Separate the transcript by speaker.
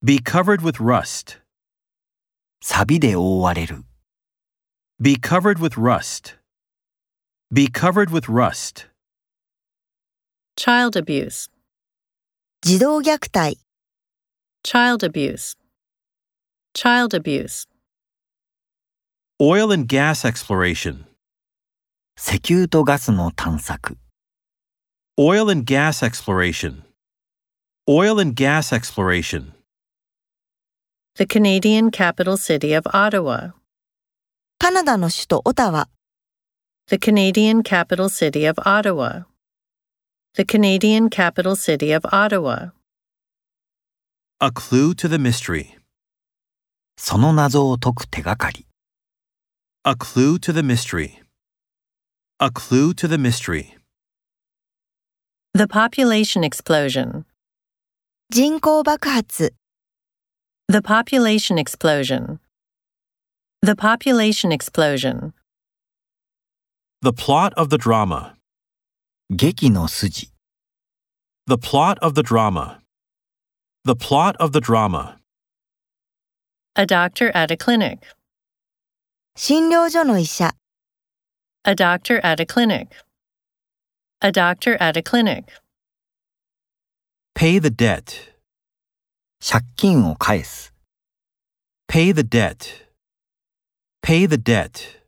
Speaker 1: Be covered with rust.
Speaker 2: サビで覆われる。
Speaker 1: Be covered with rust. Be covered with rust.
Speaker 3: child abuse,
Speaker 4: 児童虐待、
Speaker 3: child abuse, child abuse,
Speaker 1: Oil and gas exploration.
Speaker 2: 石油とガスの探索。
Speaker 1: Oil and gas exploration. Oil and gas exploration.
Speaker 3: the Canadian capital city of Ottawa,
Speaker 4: カナダの首都オタワ、
Speaker 3: the Canadian capital city of Ottawa, the Canadian capital city of Ottawa,
Speaker 1: A clue to the mystery.
Speaker 2: その謎を解く手がかり。
Speaker 1: A clue to the mystery. A clue to the mystery.
Speaker 3: the population explosion,
Speaker 4: 人口爆発、
Speaker 3: the population explosion, the population explosion,
Speaker 1: The plot of the drama.
Speaker 2: 劇の筋。
Speaker 1: The plot of the drama. The plot of the drama.
Speaker 3: a doctor at a clinic,
Speaker 4: 診療所の医者、
Speaker 3: a doctor at a clinic, a doctor at a clinic,
Speaker 1: Pay the debt.
Speaker 2: 借金を返す。
Speaker 1: Pay the debt. Pay the debt.